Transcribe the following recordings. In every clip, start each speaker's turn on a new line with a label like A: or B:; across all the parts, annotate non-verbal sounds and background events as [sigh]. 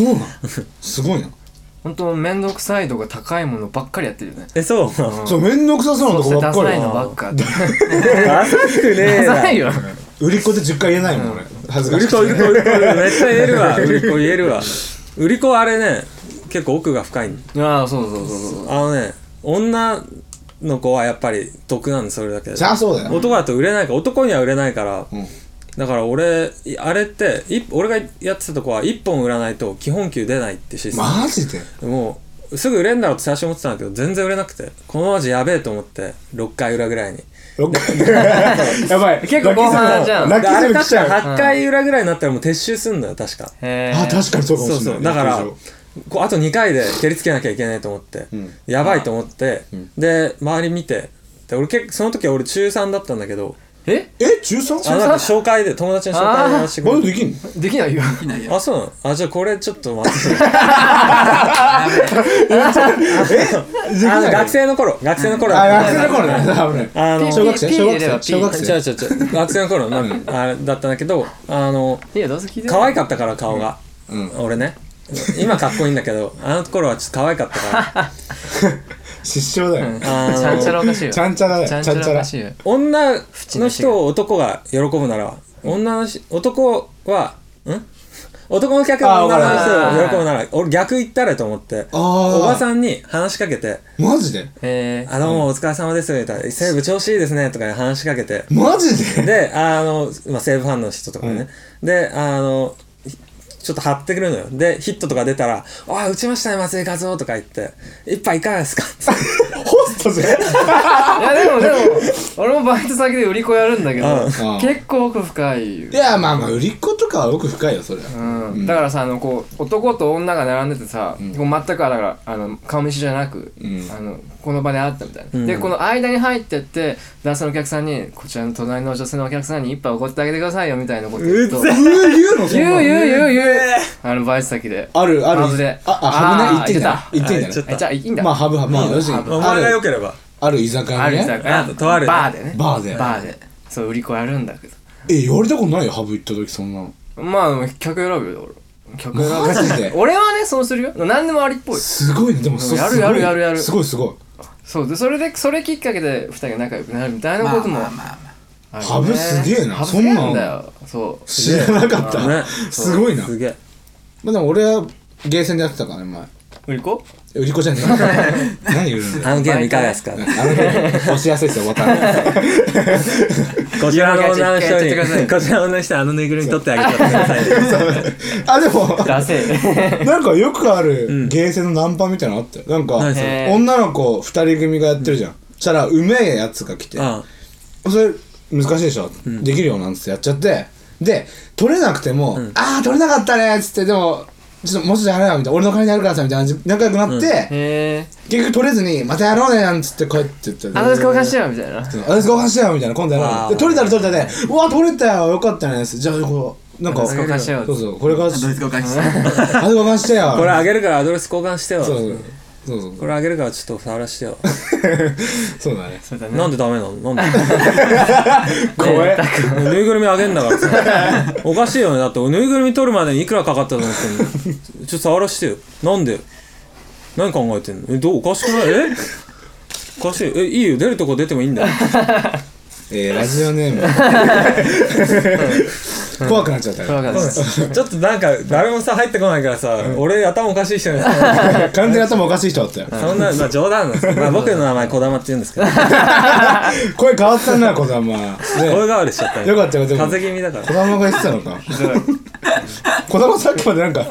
A: そうなん [laughs] すごいな
B: 本当面倒くさい度が高いものばっかりやってるよね
C: えそう
A: そう面倒くさそうな
B: そ
A: と
B: し
A: こばっか
B: てダサ
A: り
B: いの
A: な
B: ばっかって
C: ダサくねえ
B: ダ
C: な
B: サいよ
A: 売り子で10回言えないもん俺恥ずか
C: 売
A: し
C: り
A: い
C: 子
A: [laughs]
C: 売り子売り子めっちゃ言えるわ売り子言えるわ売り子はあれね結構奥が深いん
B: [laughs] ああそうそうそうそう
C: あのね女の子はやっぱり得なんでそれだけで
A: じゃあそうだよ
C: 男だと売れないから男には売れないから、
A: ん
C: だから俺いあれってい俺がやってたとこは1本売らないと基本給出ないってシステム、
A: マジで
C: もうすぐ売れんだろうって最初思ってたんだけど全然売れなくてこのマジやべえと思って6回裏ぐらいに
A: 六回やばい
B: 結構後半じゃん
A: ラッ
C: で
A: キー
C: あ
A: セ
C: れ
A: ブンラッキーセブン来
C: 確
A: ちゃう
C: か8回裏ぐらいになったらもう撤収すんだよ確か
B: へ
A: あ確かにそうかも
C: そう
A: しれ
C: そ
A: な
C: う
A: い
C: だから
A: 陸上
C: こうあと2回で蹴りつけなきゃいけないと思って、やばいと思って、で周り見てで俺結構その時は俺中3だったんだけど
B: ええ
A: え中 3?
C: あなんか紹介で友達の紹介で話してく
A: バイ
C: れ
A: トできんの
B: できないよできない
C: てあそうなのあじゃあこれちょっと待って
A: でき
C: あの
A: ない
C: 学生の頃学生の頃
A: あ
C: だ
A: 学
C: った
A: 生の頃ね危ない
C: あの
A: 小学生
B: ピー
A: 小
B: 入
A: 学
B: れれば
A: 生
B: ピー
A: 小学
C: 違う
A: 生
C: 違う違う学生の頃なんかあれだったんだけどあの
B: いやどうせ聞いて
C: 可愛
B: か
C: かったから顔が、俺ね今かっこいいんだけどあの頃はちょっと可愛かったから
A: 失笑だよ
B: ち
C: あの
B: ゃんちゃらおかしいよ
A: ちゃんちゃらだよ
B: ちゃん
A: ち
B: ちゃ
A: ゃん
B: ら
A: ちゃ
B: お
A: ら
B: かしいよ
C: 女の人を男が喜ぶなら女のし男はん男の客が女の人を喜ぶなら俺逆言ったらと思って
A: あー
C: おばさんに話しかけて
A: マジで
B: え
C: 「あどうもお疲れ様です」みたいな「西武調子いいですね」とか話しかけて
A: マジで
C: であの、まあ、西武ファンの人とかね、であのひちょっと張ってくるのよでヒットとか出たら「ああ打ちましたね松井和夫」とか言って「一杯いかがですか?」
A: ホストじゃん
B: いやでもでも俺もバイト先で売り子やるんだけど
A: うんうん
B: 結構奥深いよ
A: いやまあまあ売り子とかは奥深いよそれは
B: うん、だからさあのこう男と女が並んでてさ、こう全くだからあの顔見知りじゃなく、
A: ん
B: あのこの場で会ったみたいな、でこの間に入ってって男性のお客さんにこちらの隣の女性のお客さんに一杯おごってあげてくださいよみたいなこと言うと言う
A: う言うのそんなの
B: 言う言う言うあのバイト先で
A: あるある
B: ハブで
A: ああハブね言ってんじゃ
B: あ
A: ない言ってんじゃな
C: あ言
B: え
C: っ
B: じゃあいいんだ、
A: いまあハブハブまあ要するに
B: ハブ
C: お前が良
A: ある
C: ければ
A: ある居酒屋
B: ある居
A: に
B: 酒
A: ね
B: 屋
C: あとある
B: バーでね
A: バーで
B: バーでそう売り子やるんだけど
A: え言われたことないよハブ行った時そんなの
B: まあ客選ぶよ俺客選
A: マジ
B: ぶ
A: で
B: [laughs] 俺はねそうするよ何でもありっぽい
A: すごいねでもそ
B: やる
A: すごい
B: やるやるやる
A: すごいすごい
B: そうでそれでそれきっかけで二人が仲良くなるみたいなこともあるよ
A: ハブすげえな
B: ハブ
A: そんなの
B: すげえだよそう
A: 知らなかった
C: ね
A: すごいな
C: すげえ
A: まあでも俺はゲーセンでやってたからね前
B: 売り子
A: 売り子じゃね
B: [laughs]
A: え何言うんだよ
C: あのゲームいかがですか
A: あの辺押しやすいですよボタン
B: [laughs]
C: こちらの女の人
B: いやいやいやいやい
C: に
B: や
C: こちらの女の人はあのぬいぐるみ取ってあげてくだ [laughs] さい
A: あでも
B: ダセ
A: [laughs]
B: え
A: なんかよくあるゲーセンのナンパみたいなのあったよなんか
C: 何そ
B: れ
A: 女の子二人組がやってるじゃんそしたらうめえやつが来て
C: うん
A: それ難しいでしょ、できるよなんつってやっちゃってで取れなくても「ああ取れなかったね」っつってでもちょっともうちょっとやれよみたいな俺の金になるからさみたいな感じで仲良くなって、
B: へえ
A: 結局取れずに「またやろうね」なんつって帰ってって
B: あの交換しようみたいな
A: 私がお話しようみたいな今度やろう
C: あ
A: ね
C: ー
A: で取れたら取れたで「うわ取れたよよかったね」じゃあこうなんか
B: 私がお話ししよう
A: そうそうこれから
D: ドイツ語返して
A: 私がお話ししてよ
C: これあげるからアドレス交換してよ
A: そうそうそうそう
C: これあげるからちょっと触らしてよ
A: そうだね
B: そうだね
C: なんでダメなのなんで
A: 怖え
C: ぬいぐるみあげんだからさおかしいよねだってぬいぐるみ取るまでにいくらかかったと思ってんのちょっと触らしてよなんで何考えてんのえどうおかしくないえおかしいえいいよ出るとこ出てもい [laughs] いんだよ
A: えー、ラジオネーム怖くなっちゃったよ
B: そうだね
C: ちょっとなんか誰もさ入ってこないからさ、俺頭おかしい人にさ
A: 完全に頭おかしい人だったよ
C: そんな、まあ、冗談なんですけど、まあ、僕の名前児玉って言うんですけど
A: 声変わったな小玉ね
C: 声変わりしちゃった
A: よかったよでも
C: 風邪気味だから
A: 小玉が言ってたのか小玉さっきまでなんか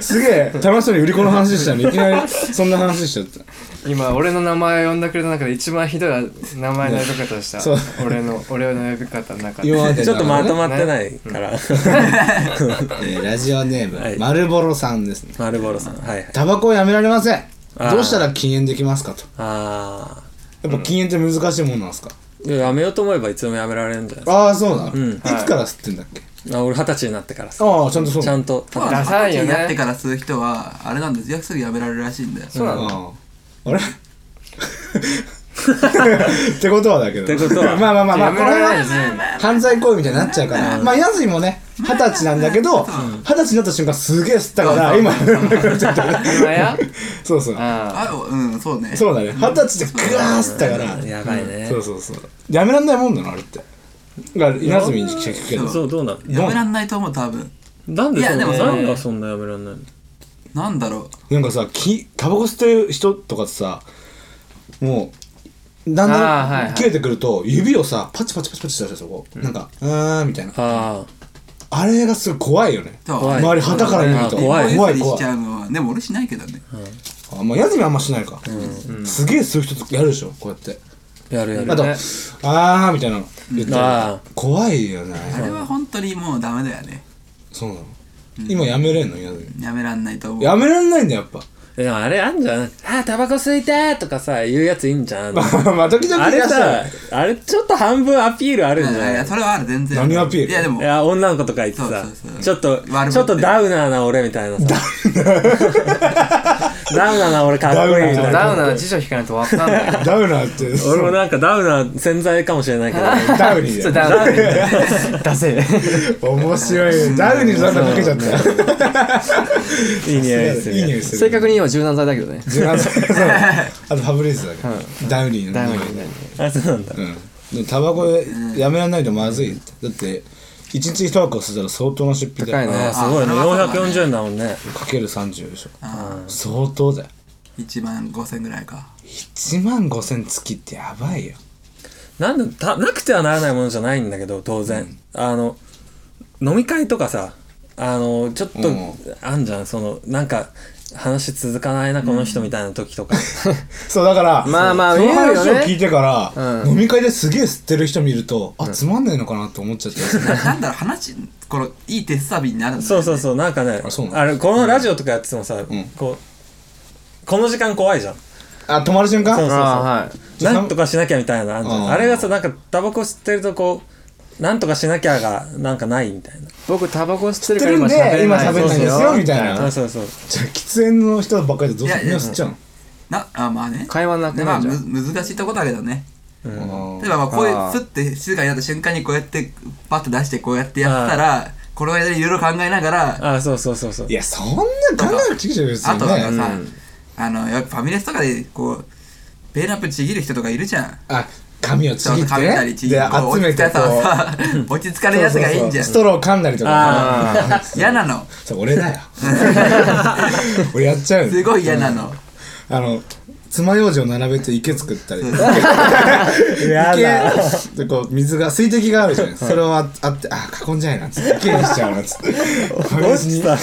A: すげえ楽しそうに売り子の話したのにいきなりそんな話しちゃった
B: 今俺の名前を呼んでくれた中で一番ひどい名前の呼び方をした
A: そう
B: 俺の俺の呼び方の中で
A: 今まで
C: ちょっとまと
A: ま
C: まってないから、
A: えーラジオネー
C: はい
A: ム丸ボロさんですね
C: [laughs] 丸ボロさんはいはい
A: タバコをやめられません
C: あー
A: どうしたら禁煙できますかと
C: あ
A: やっぱ禁煙って難しいもんなんですか
C: あやめようと思えばいつでもやめられるんじゃないで
A: ああそうなの、
C: ん
A: いつから吸ってんだっけ
C: すかあ俺二十歳になってからさ
A: ああちゃんとそう
C: ちゃんと
D: まあ
B: ダサいよね
D: 二十歳になってから吸う人はあれなんですよすぐやめられるらしいんだよ
B: そうなの
A: あああれ [laughs] ってことはだけど
C: ってことは
A: まあまあまあまあ
B: や
A: こ
B: め
A: れ
B: られないで
A: は
B: すね
A: 犯罪行為みたいになっちゃうから、まあやついもね二十歳なんだけど二十歳になった瞬間すげえ吸ったから今
B: [laughs] 今や
A: そうそう [laughs]
B: あ
D: あうんそうね
A: そうだね二十歳でグワー吸ったから
C: やばいね
A: そうそうそうやめらんないもんだなあれってだから稲積に聞くけど
C: そうどうなん
D: やめらんないと思う多分
C: なんで
D: いや
C: そんな
D: でもそれ
C: なんかそんなやめらんないの
D: なんだろ
A: なんかさきタバコ吸ってる人とかってさもうだん
B: あーはい
A: だ
B: は
A: ん
B: い
A: 切れてくると指をさパチパチパチパチしてるそこなんかうーんみたいな
C: あ
A: あれがすごい怖いよね
D: うそう
C: 怖い
A: 周り旗から見ると
C: うん怖
A: 怖
C: い
D: 怖
A: い
D: いし
A: 怖
D: ち
A: い
D: ゃうのはでも俺しないけどね
A: あまあやつにあんましないかすげえ吸う人とやるでしょこうやって
C: あやるや
A: あ
C: る
A: とあーみたいなの言って
C: あ
A: 怖いよね
D: あれは本当にもうダメだよね
A: そうなの今やめれんのや
D: やめらんないと思う
A: やめらんないんだやっぱ [laughs]
C: あでもあれあんじゃんあータバコ吸いてーとかさ言うやついいんじゃん
A: まあ時々
C: あ
A: い
C: れ
A: らっしゃ
C: さ
A: る
C: あれちょっと半分アピールあるん
D: い
C: じゃ
D: やい
C: ない
D: やそれはある全然
A: 何アピール
D: いやでも
C: いや女の子とか言ってさ
D: そうそうそう
C: ちょっと
D: 悪ぶって
C: ちょっとダウナーな俺みたいなさダウナーな俺かっこいいみ
A: ダウナー
C: たいな
B: ダウナーの辞書引かないとわかんない
A: ダウナーって
C: 俺もなんかダウナー潜在かもしれないけど
A: ダウニー
B: そう
A: だ
B: ダ
A: よ
B: ウナーだせ
A: 面白いねダウニーとなんかかけちゃったよ
C: いい匂いする
A: いい匂いする
B: 正確に今柔軟剤だけどね
A: 柔軟剤そうあとファブリーズだけど、ダウニーの
B: ダウ
A: 匂
B: ナ
A: い
B: ーね
C: あそうなんだ
A: うんでタバコやめらんないとまずいってだって一日一箱吸ったら相当な出費で
B: 高いね
C: あすごいね
D: あそれはそうだね
C: 440円だもんね
A: かける30でしょ
D: あ
A: 相当だよ
D: 1万5000ぐらいか
A: 1万5000月ってやばいよ
C: なんでたなくてはならないものじゃないんだけど当然、あの飲み会とかさあのちょっと、
A: うん
C: あんじゃんそのなんか話続かないなこの人みたいな時とか、
A: そうだから
B: まあまあ
A: その
B: 見えるよ
A: 話
B: ね
A: を聞いてから、
B: うん
A: 飲み会ですげえ吸ってる人見るとあつまんねえのかなって思っちゃって、
D: ななんだろう話このいい手サビになるんだよね
C: そうそうそうなんかね
A: あそうなの
C: あれこのラジオとかやっててもさ、
A: ん
C: こうこの時間怖いじゃん
A: あ止まる瞬間
C: そうそう
B: あ
A: そう
C: なんとかしなきゃみたいなあんじゃん
A: あー
C: あれがさなんかタバコ吸ってるとこうなんとかしなきゃがなんかないみたいな
B: 僕タバコ吸ってるから
A: 吸
B: 今
A: って
B: 喋
A: るんで今喋れ
B: れない
A: ないですよみたいな
C: そうそうそう
A: じゃあ喫煙の人ばっかりでどうする
D: い
A: みん
D: や
A: ない
D: や
A: 吸っちゃうの
D: なあまあね
B: 会話なく
D: で
B: な
D: ま
B: るじ
D: あ
B: ゃん
D: む難しいとこだけどね
A: うん
D: 例えばまあこういう
B: あー
D: スッて静かになった瞬間にこうやってパッと出してこうやってやったらこの間いろいろ考えながら
C: あーそうそうそうそう
A: いやそんな考えなくちゃいけないよ別
D: あと
A: に
D: はなん
A: ね
D: かさ、あのやっぱファミレスとかでこうベーナップちぎる人とかいるじゃん
A: あ髪をちぎっ
D: 噛
A: て
D: みたり
A: ね
D: ちぎる
A: で
D: こう
A: 集めてこ
D: 落ち着かさを
A: う
D: さ落ち着かれるやつがいいんじゃん
A: ストロー噛んだりとか
C: あ
B: あ
D: 嫌なの
A: [laughs] そう俺だよ俺やっちゃう
D: す
A: の
D: ごい嫌なの、
A: あの爪楊枝を並べて池作ったり
C: ーやだ
A: 池でこう水が水滴があるじゃないそれをああってあ囲んじゃえなんつって池にしちゃうなんつって
C: 俺さ、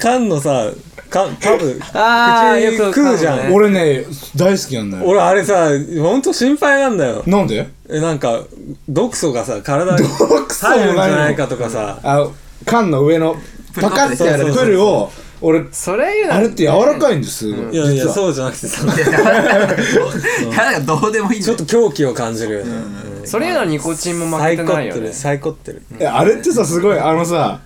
C: 缶のさ、缶、パブ、
B: あー
C: 口
B: よく
C: 食うじゃ
B: 缶の
C: ん。
B: ね
A: [laughs] 俺ね大好きなんだよ
C: 俺あれさ、ほんと心配なんだよ。
A: なんで
C: え、なんか、毒素がさ、体に
A: 毒素もない
C: 入るんじゃないかとかさ。
A: あの缶の上のパカッてやる
C: そうそうそう
A: プルを俺
B: それ言うな
A: あれって柔らかいんですすごい
C: いやい
A: 実
C: や、
A: は
C: そうじゃなくてさ、
D: いやなんかどうでもいいん
C: ち
D: だ
C: ょっ
D: よ
C: と狂気を感じるよね。うん
B: それ言うならニコチンも負け
C: サイ
B: て
C: コ
B: ない
C: っ
B: よ
C: て
B: ね
C: る、サイコってる。
A: えあれってさすごいあのさ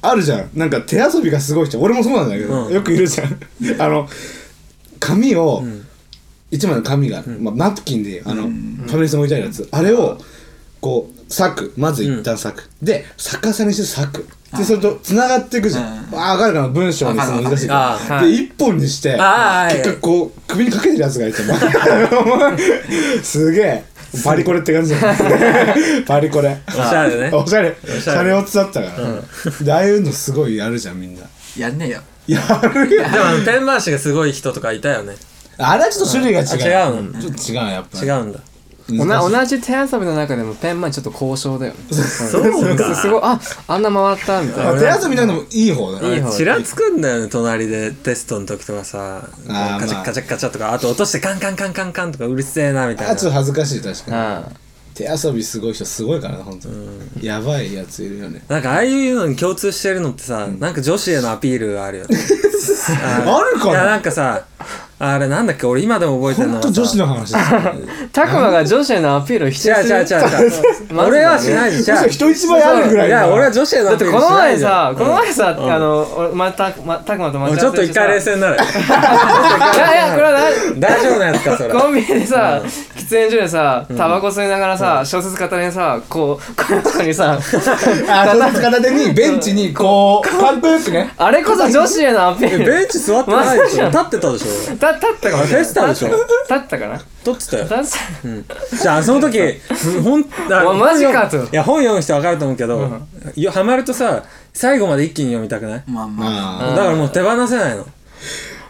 A: あるじゃんなんか手遊びがすごい人俺もそうなんだけど、
C: うん
A: よくいるじゃん [laughs] あの紙を、一枚の紙がある、まあ、ナプキンであの、ファミレスに置いてあるやつあれをこう裂くまず一旦裂く、で逆さにして裂くでそれと繋がっていくじゃん、
D: うん
A: ああ分かるかな文章にさ
D: わかる
A: 難しい
C: わかる
A: から
B: あー
A: で一本にして
C: あーはい
A: 結果こう首にかけてるやつがいても [laughs] すげえバリコレって感じだよバリコレ
C: おしゃれね。
A: おしゃれ
C: おし
A: シ
C: ゃれ
A: ャレオツだったから、でああいうのすごいやるじゃんみんな
D: やんねえよ
A: やるよ
C: でもあの、ペン回しがすごい人とかいたよね。
A: あれはちょっと種類が
C: あ
A: 違う
C: 違うの
A: ちょっと違うやっぱ
C: 違うんだ。
A: 違
B: おな同じ手遊びの中でもペンマンちょっと交渉だよね
C: そうか。
B: すごいああんな回ったみたいな
A: 手遊びなのもいい方だ
B: いい
A: ね
B: 方
C: ちらつくんだよね隣でテストの時とかさこう
A: あー
C: カチ
A: ま
C: ャ
A: あ
C: カチャカチャとかあと落としてカンカンカンカンカンとかうるせえなみたい
A: あ
C: な
A: ちょっと恥ずかしい確かに
B: あ
A: 手遊びすごい人すごいからね本当にやばいやついるよね
C: なんかああいうのに共通してるのってさ、なんか女子へのアピールがあるよね
A: あるか
C: いやな
A: なん
C: かさあれなんだっけ俺今でも覚えてるの
A: 本
C: はさ
A: 当女子の話だね
B: あタクマが女子へのアピールを否
C: 違
B: 定
C: う
B: す
C: 違う
B: る
C: 違う違 [laughs] う
B: マジだ
C: 俺
B: ね
C: はしないじ
A: むし
C: ゃ
A: ろ人一倍あるぐらい
C: いや
A: の
C: 俺は女子への
B: だ
C: ア
B: って
C: ピー
B: こ
C: ルしない
B: の前
C: じゃ
B: さ
C: ん
B: この前さあの俺またまタクマと待
C: もう
B: ち
C: ち
B: 合
C: ょ
B: わ
C: っと
B: せ
C: 一
B: してさ
C: 回冷静になれ
B: いやいやこれは
C: 大丈夫なやつかそれ
B: なコンビニでさ喫喫煙所でさタバコ吸いながらさ、小説片手にさこうこの中にさ
A: あその片手にベンチにこうかっこよくね
B: あれこそ女子へのアピー
C: え
B: ル
C: ベンチ座ってないでしょ立ってたでしょ
B: た立ったかもし
C: フ
B: れない
C: ェスタでしょ
B: 立ったかな
C: 撮ってたよ
B: 立った
C: じゃあその時本
B: おマジかと
C: いや本読む人分かると思うけど、よハマるとさ最後まで一気に読みたくない、
D: まあま
A: あ
D: あ
C: だからもう手放せないの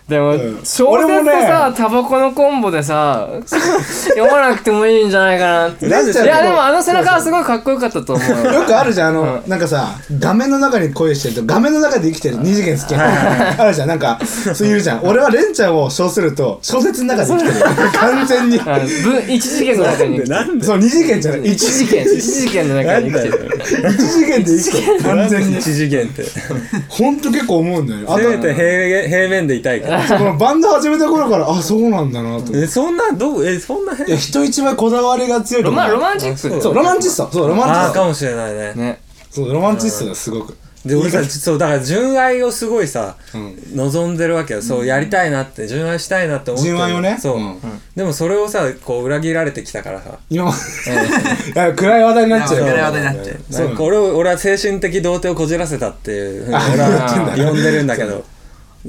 B: でも、
A: うん
B: 小
A: 俺
B: 説
A: も
B: と
A: ね
B: さ、タバコのコンボでさ [laughs] 読まなくてもいいんじゃないかなって
A: あ
B: い
A: なんでしょう
B: やでもあの背中はすごいかっこよかったと思うよ
A: よくあるじゃんあの、なんかさ画面の中に恋してると画面の中で生きてる二次元好きなのあるじゃんなんかそういうじゃん俺はレンちゃんを称すると小説の中で生きてる完全に
B: あのぶ一次元の中に
C: なん
A: そう二次元じゃない一
B: 一次元一次元の中に生きてる
A: 一次元で生きてる完全に
C: 一次元ってせ
A: ほんと結構思うんだよねあ
C: めて平平面でいたいから
A: とこのバンド始めた頃からあそうなんだなと思って
C: えそんなどうえそんな変
A: いや人一倍こだわりが強いと
B: ロ
A: 思う
B: マンロマンチック
A: そうロマンチストそうロマンチ
C: ああ
A: ス
C: か
A: ト
C: もしれないね
B: ね
A: そうロマンチストだすごく
C: で俺さそうだから純愛をすごいさ、
A: ん
C: 望んでるわけよそうやりたいなって純愛したいなって思ってる
A: 純愛をね
C: そう、
A: うん
C: でもそれをさこう裏切られてきたからさ
A: 今も [laughs] いや暗い話題になっちゃう
D: 暗い話
A: よ
D: 題になっちゃう
A: そう
C: なんか俺を俺は精神的童貞をこじらせたっていうふうに俺は呼んでるんだけど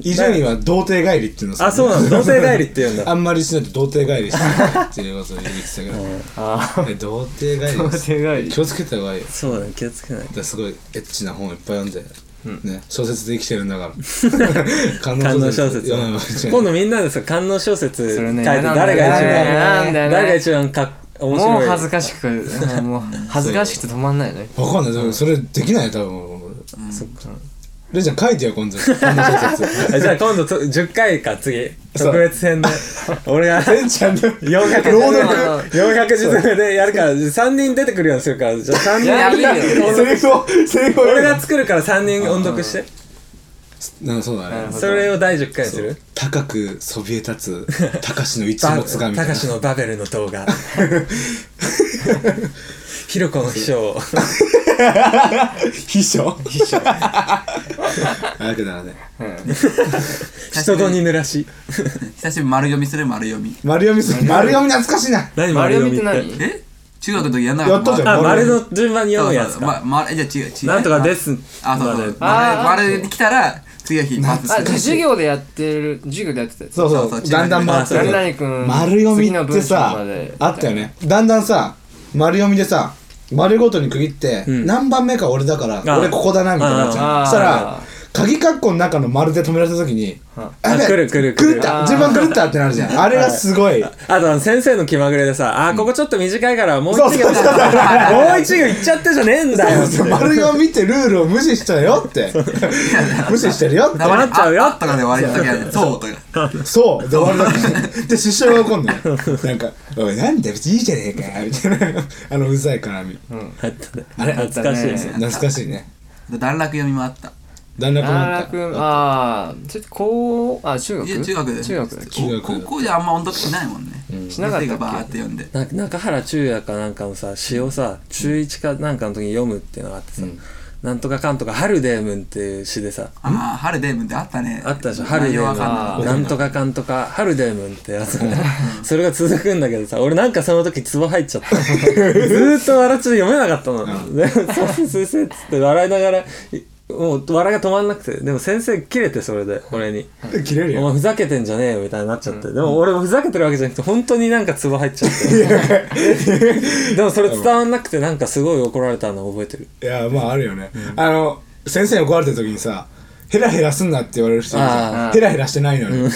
A: 伊集院は童貞帰りっていうのさ
C: あそうなの童貞帰りって言うんだ
A: あんまりしないと童貞帰りしてないっていうことを言ってたけど、
B: ああ
A: え童貞帰り
B: 童
A: です
B: 貞がいい
A: 気をつけた方がいいよだ
C: そうだね気をつけない
A: からすごいエッチな本をいっぱい読んで、ね、小説で生きてるんだから [laughs] 観
C: 観音小説
A: うん
C: 今度みんなでさ観音小説
B: そ
C: 書
B: れ
C: いて
B: ね
C: 誰が
B: なん
C: 一番
B: だよね
C: 誰が一番か面
B: も
C: 白
B: う
C: い
B: 恥ずかしくうんもう恥ずかしくて止まんないよね
A: わかんないでもそれできないよ多分俺レンちゃん書いてよ今度観音小説
C: えじゃあ今度と10回か次特別編で俺
B: [laughs]
C: が
A: レンちゃんの
C: [laughs] 400
A: 朗
B: 読
C: 字詰めでやるから3人出てくるようにするからじゃあ3人
B: や
C: 俺
B: べえよ
A: セリフをセリフを
C: 俺が作るから3人音読して
A: なんかそうだ
B: なるほ
A: ね
B: ど
C: それを第10回にする
A: 高くそびえ立 [laughs] つ高しの一
C: バ
A: 物がみたい
C: た
A: な
C: かしのバベルの動画ひろこの秘書
A: 秘書秘 [laughs] 書あくだらね
C: 人とに濡らし
D: 久しぶりに丸読みする丸読み
A: 丸読みする丸読み懐かしいな
C: 何
B: 丸読みって
C: っ
B: 何
D: え中学の時やんなかった
A: やったじゃん
C: あ丸の順番に読むやつ
D: そうそうま
C: か
D: ま、じゃあ違う違う
C: なんとかです
D: あそう
C: ま
D: そ
C: で
D: う丸丸で来たら次の日パス
B: あ授業でやってる授業でやってたやつ
A: そう
D: そう
A: そ
D: そうう
A: だんだん回
C: あ
A: って
C: そう
A: る
B: 何々君
A: 丸読み
B: 次の
A: って
B: 文章
A: さ
B: まで
A: あったよねだんだんさ丸読みでさ丸ごとに区切って
C: ん
A: 何番目か俺だから
C: あ
A: 俺ここだなみたいになっちゃう
B: あー
A: そしたら鍵括弧の中の丸で止められた時にやべえ
C: 来る来る来る
A: 狂った順番狂ったってなるじゃんあれがすごい
C: [laughs] あとあの先生の気まぐれでさあーここちょっと短いからもう一
A: そう
C: 行
A: そうそうそう
C: もう一行いっちゃってじゃねえんだよって
A: 丸読みってルールを無視したよって
C: [laughs]
A: 無視してるよって
D: たまに
C: 黙っちゃうよ
D: ああとかで終わりの時
C: [laughs]
D: あるそうとか
A: そうで終わるだけで出社が怒んのよなんか「おいなんだ別にいいじゃねえかよ」みたいなあのうざい絡み
C: [laughs] あったね
A: あれ
C: 懐かしいですよ
A: 懐かしいね
D: 段落読みもあった
A: 段落も
B: あ
A: あ
B: ら
A: っ
B: くん
A: た
B: あーちょっと高あ中
D: いや
B: 学
D: 中学で
B: 中学だっけ
A: 中学
D: 高校じゃあんま音読しないもんね
B: しなかったっけ
D: 先生がバーって読んで
C: なんか中原中也かなんかのさ詩をさ中1かなんかの時に読むっていうのがあってさなんとかかんとか「ハルデームン」っていう詩でさ
D: ああ春デームってあったね
C: あったでしょ、春
D: 内
C: デ
D: 容
C: ー
D: わ
C: ム
D: かんない
C: なんとかかんとか、春デームってやつね。それが続くんだけどさ、俺なんかその時ツボ入っちゃった。ずーっと笑っちゃって読めなかったの。で、そう先生っつって笑いながら、いもう笑いが止まんなくて、でも先生切れてそれで、俺に。
A: 切れる
C: お
A: よ
C: 前ふざけてんじゃねえよみたいになっちゃって、でも俺もふざけてるわけじゃなくて本当になんかツボ入っち
A: [laughs]
C: ゃって [laughs] でもそれ伝わんなくてなんかすごい怒られたの覚えてる
A: いやまああるよねあの先生に怒られてる時にさ「ヘラヘラすんな」って言われる人いるじゃん
B: あー
A: ヘラヘラしてないのに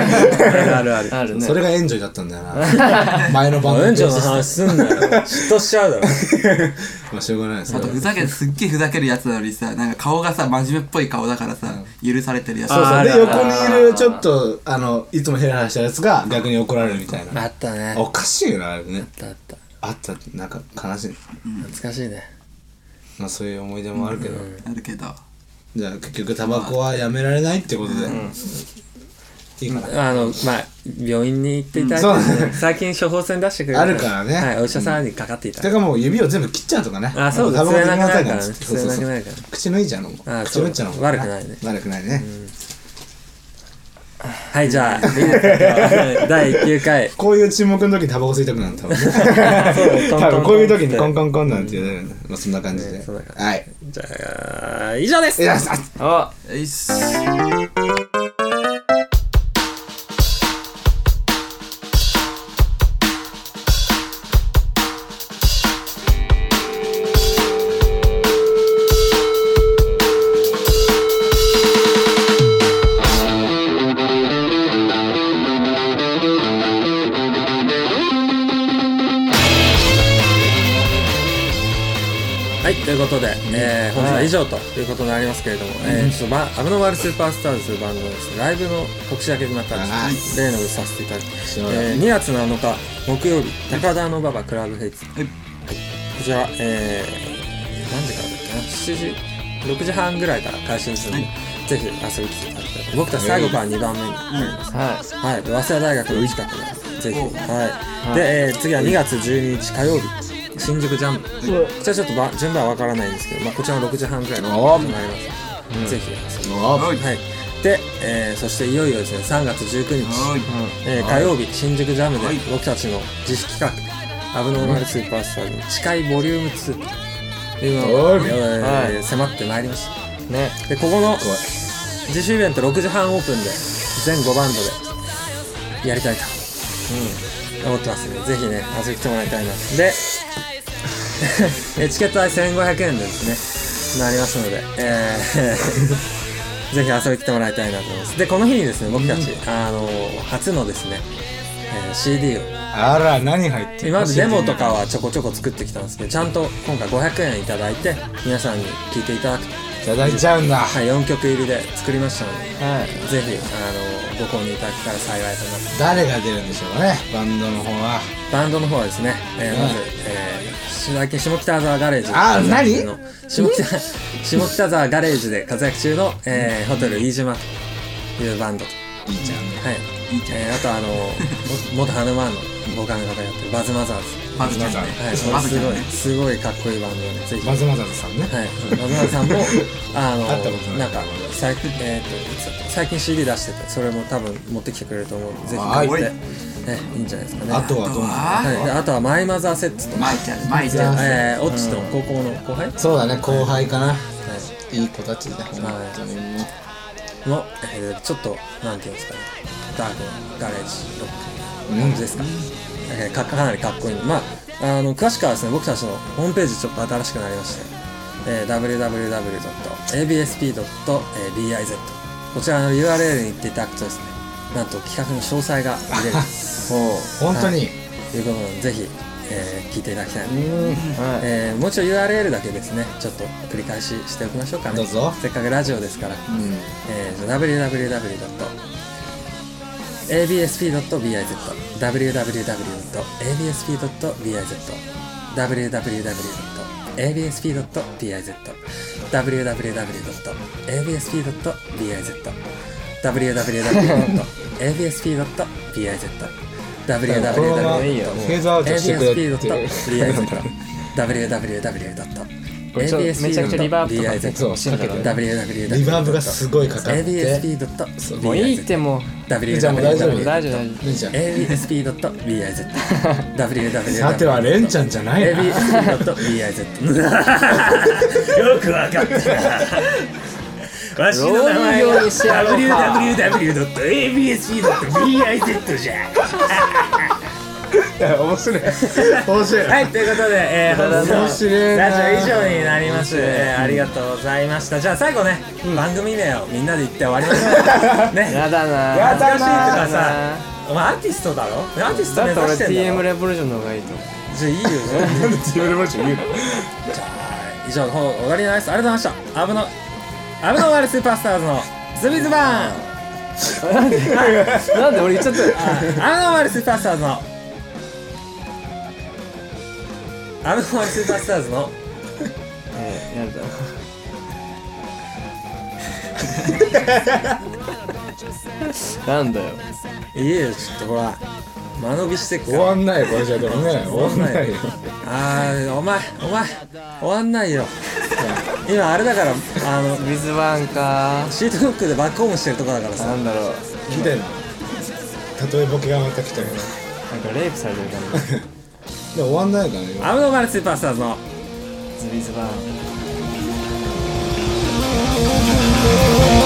C: あるあ [laughs] る
B: あるね
A: それがエンジョイだったんだよな [laughs] 前の番組
C: 園長の話すんなよ嫉妬しちゃうだろ
A: [laughs] まあしょうがないですけ
D: あと
A: ど
D: ふざ
C: [laughs]
D: けすっげえふざけるやつなのにさなんか顔がさ真面目っぽい顔だからさ許されてるやつ
C: そうそうある
A: で
C: ある
A: 横にいるちょっとあのいつもヘラヘラしたやつが逆に怒られるみたいな
C: あったねあっ
A: おかしいよなあれね
C: たあった
A: あったなんか悲しい
C: 懐かしいね
A: まあそういう思い出もあるけど
D: あるけど
A: じゃあ結局タバコはやめられないってことで、いいかな
C: あのまあ病院に行っていた
A: う
C: だ
A: ん
C: いて、
A: そう
C: ね、最近処方箋出してくれる
A: あるからね
C: はい、お医者さんにかかっていた
A: それ、かもう指を全部切っちゃうとかね
C: あそうだ
A: タバコ
C: 吸えなくなる
A: でき
C: か
A: ま
C: らね
A: せん
C: 吸えなくなるから
A: 口抜いちゃうのも
C: あ
A: 口
C: そう
A: 抜いちゃうのも
C: 悪くないね
A: 悪くないね、
C: はい、
A: [laughs]
C: じゃあ、いいですか第9回。
A: こういう沈黙の時にタバコ吸いたくなるの多分ね
C: [laughs] そ
A: [laughs]
C: う
A: 多分こういう時にコン
C: 今
A: コンコンなんていうねまあそんな感じで
C: ねそんな感
A: はい
C: じゃあ、以上です
A: いやさ
B: あ
D: いっす
C: はい、ということで、えー、本日は以上ということになりますけれども、えー、ちょっとば、アブノワルスーパースターズというバンドのですねライブの告知だけまた、
A: はい
C: 例のことさせていただきます。
A: しばらく
C: えー、2月7日、木曜日、高田の馬場クラブヘイツ。はい。こちら、えー、何時からだっけな ?7 時、6時半ぐらいから開始ですので、ぜひ遊びに来ていただきたい。僕たち最後から2番目になります。
B: はい
C: はい、早稲田大学の近くで、ぜひ、はい。で、えー次は2月12日火曜日、新宿ジャンプ。こちらちょっとば順番はわからないんですけど、まあ、こちらの6時半ぐらいの
A: おー
C: となります。ぜひ、
A: お
D: おい
C: はい。で、えーそしていよいよですね、3月19
D: お
C: 日、
D: い
C: えー火曜日、新宿ジャム
D: はい
C: で僕たちの自主企画、アブノーマルスーパースターズに近いボリューム2というの
A: お
C: が、
A: い
C: えー迫ってまいりました。ね、でここの自主イベント6時半オープンで全5バンドでやりたいと、思ってますねぜひね遊びに来てもらいたいなで [laughs] えチケットは1500円でですねなりますので、えー [laughs] ぜひ遊びに来てもらいたいなと思いますでこの日にですね僕たち、あの初のですね、えー CD を
A: あら何入ってる
C: 今までデモとかはちょこちょこ作ってきたんですけどちゃんと今回500円いただいて皆さんに聴いていただくと
A: いただいちゃうんだ
C: はい、4曲入りで作りましたので、
B: はい
C: ぜひ、あの、ご購入いただけたら幸いかなと。
A: 誰が出るんでしょうかねバンドの方は
C: バンドの方はですね、えーまず、えー、しだけ下北沢ガレージ。
A: あー何
C: の下北、下北沢ガレージで活躍中の、えーホテル飯島というバンドと。
A: いいちゃんね
C: はい。えーあとあの、も元ハヌマーンのボーカルの方がやってるバズマザーズ。
D: まずちゃんね
C: はい、
D: まずち
C: す
D: ゃん
C: ごい
D: ね、
C: すごいかっこいいバンドで、ぜひ。
A: バズマザーズさんね
C: はい、松村 [laughs] さんもあの
A: 会ったことない
C: んか最,、えー、といつだった最近 CD 出しててそれも多分持ってきてくれると思うのでぜひ買って、
A: はい
C: ね、いいんじゃないですかね
A: あとはどうな
C: はい、であとはマイマザーセッツと、
D: まいちゃんまいちゃん
C: えー、オッチと高校の後輩、はい、
A: のそうだね後輩かないい子たちだ本当にもう
C: の、えー、ちょっとなんていうんですかねダークなガレージロック
A: うん
C: 感じですか,、えーかかなりかっこいいのまああの詳しくはですね僕たちのホームページちょっと新しくなりまして、えー、www.absp.biz こちらの URL に行っていただくとですねなんと企画の詳細が見
A: [laughs]
C: れる
A: 本当に
C: ということなのでぜひ、えー聞いていただきたいなと
B: はい
C: えーもう一度 URL だけですねちょっと繰り返ししておきましょうかね
A: どうぞ
C: せっかくラジオですから、えー、www.absp.biz www.absp.biz www.absp.biz www.absp.biz www.absp.biz
A: このまま
C: www.
A: いいよフェードアウトしてくれっていう
C: www.absp.biz
B: めちゃくちゃリバーブとかつけて
A: そう
B: ほしいんだろうね
A: かリバーブがすごいかかって
C: absp.biz
B: もういいってもう
A: じゃあもう大丈夫
C: www.
B: 大丈夫大丈
A: レンちゃん
C: absp.biz www.
A: さてはレンちゃんじゃないな
C: absp.biz よくわかったわしの名前
B: ロールようにしてやろう
C: は www.absp.biz じゃ
A: 面白い面白い
C: はい、ということで、えー、本日の
A: 面白いな
C: ラジオ以上になります、えーありがとうございました。じゃあ最後ね、番組名をみんなで言って終わりまし
B: [laughs]
C: ょう。
B: 夫
C: ね、
B: やだな
C: 恥ずかしいとか
B: やだ
C: さ
B: な、
C: お前アーティストだろアーティスト目
B: だって俺
C: 指してんだ
B: TM
C: ろ
B: レボリューションの方がいいと思う
C: じゃあいい
A: な
C: よ。
A: んで自分の場所言うの
C: じゃあ、以上の方、終わりになります。ありがとうございました。アブの、アブのワールスーパースターズの、ズビズバー
B: [laughs] な
C: ン
B: んで俺言っちゃったよ
C: アノマルスーパースターズのアノマルスーパースターズの
B: えーやだななんだよ
C: いいよちょっとほら間延びしてっか
A: 終わんないよこれじゃでもね終わんないよ
C: あーお前お前終わんないよ今あれだからあの
B: 水ワンか
C: シートフックでバックホームしてるとこだから
B: な
C: さ
B: んだろう
A: 聞いたよ例えボケがまた来たけど
B: なんかレイプされてる感じ
A: でも終わんないからね
C: アムノマルスーパースターズの
B: ズビズバーン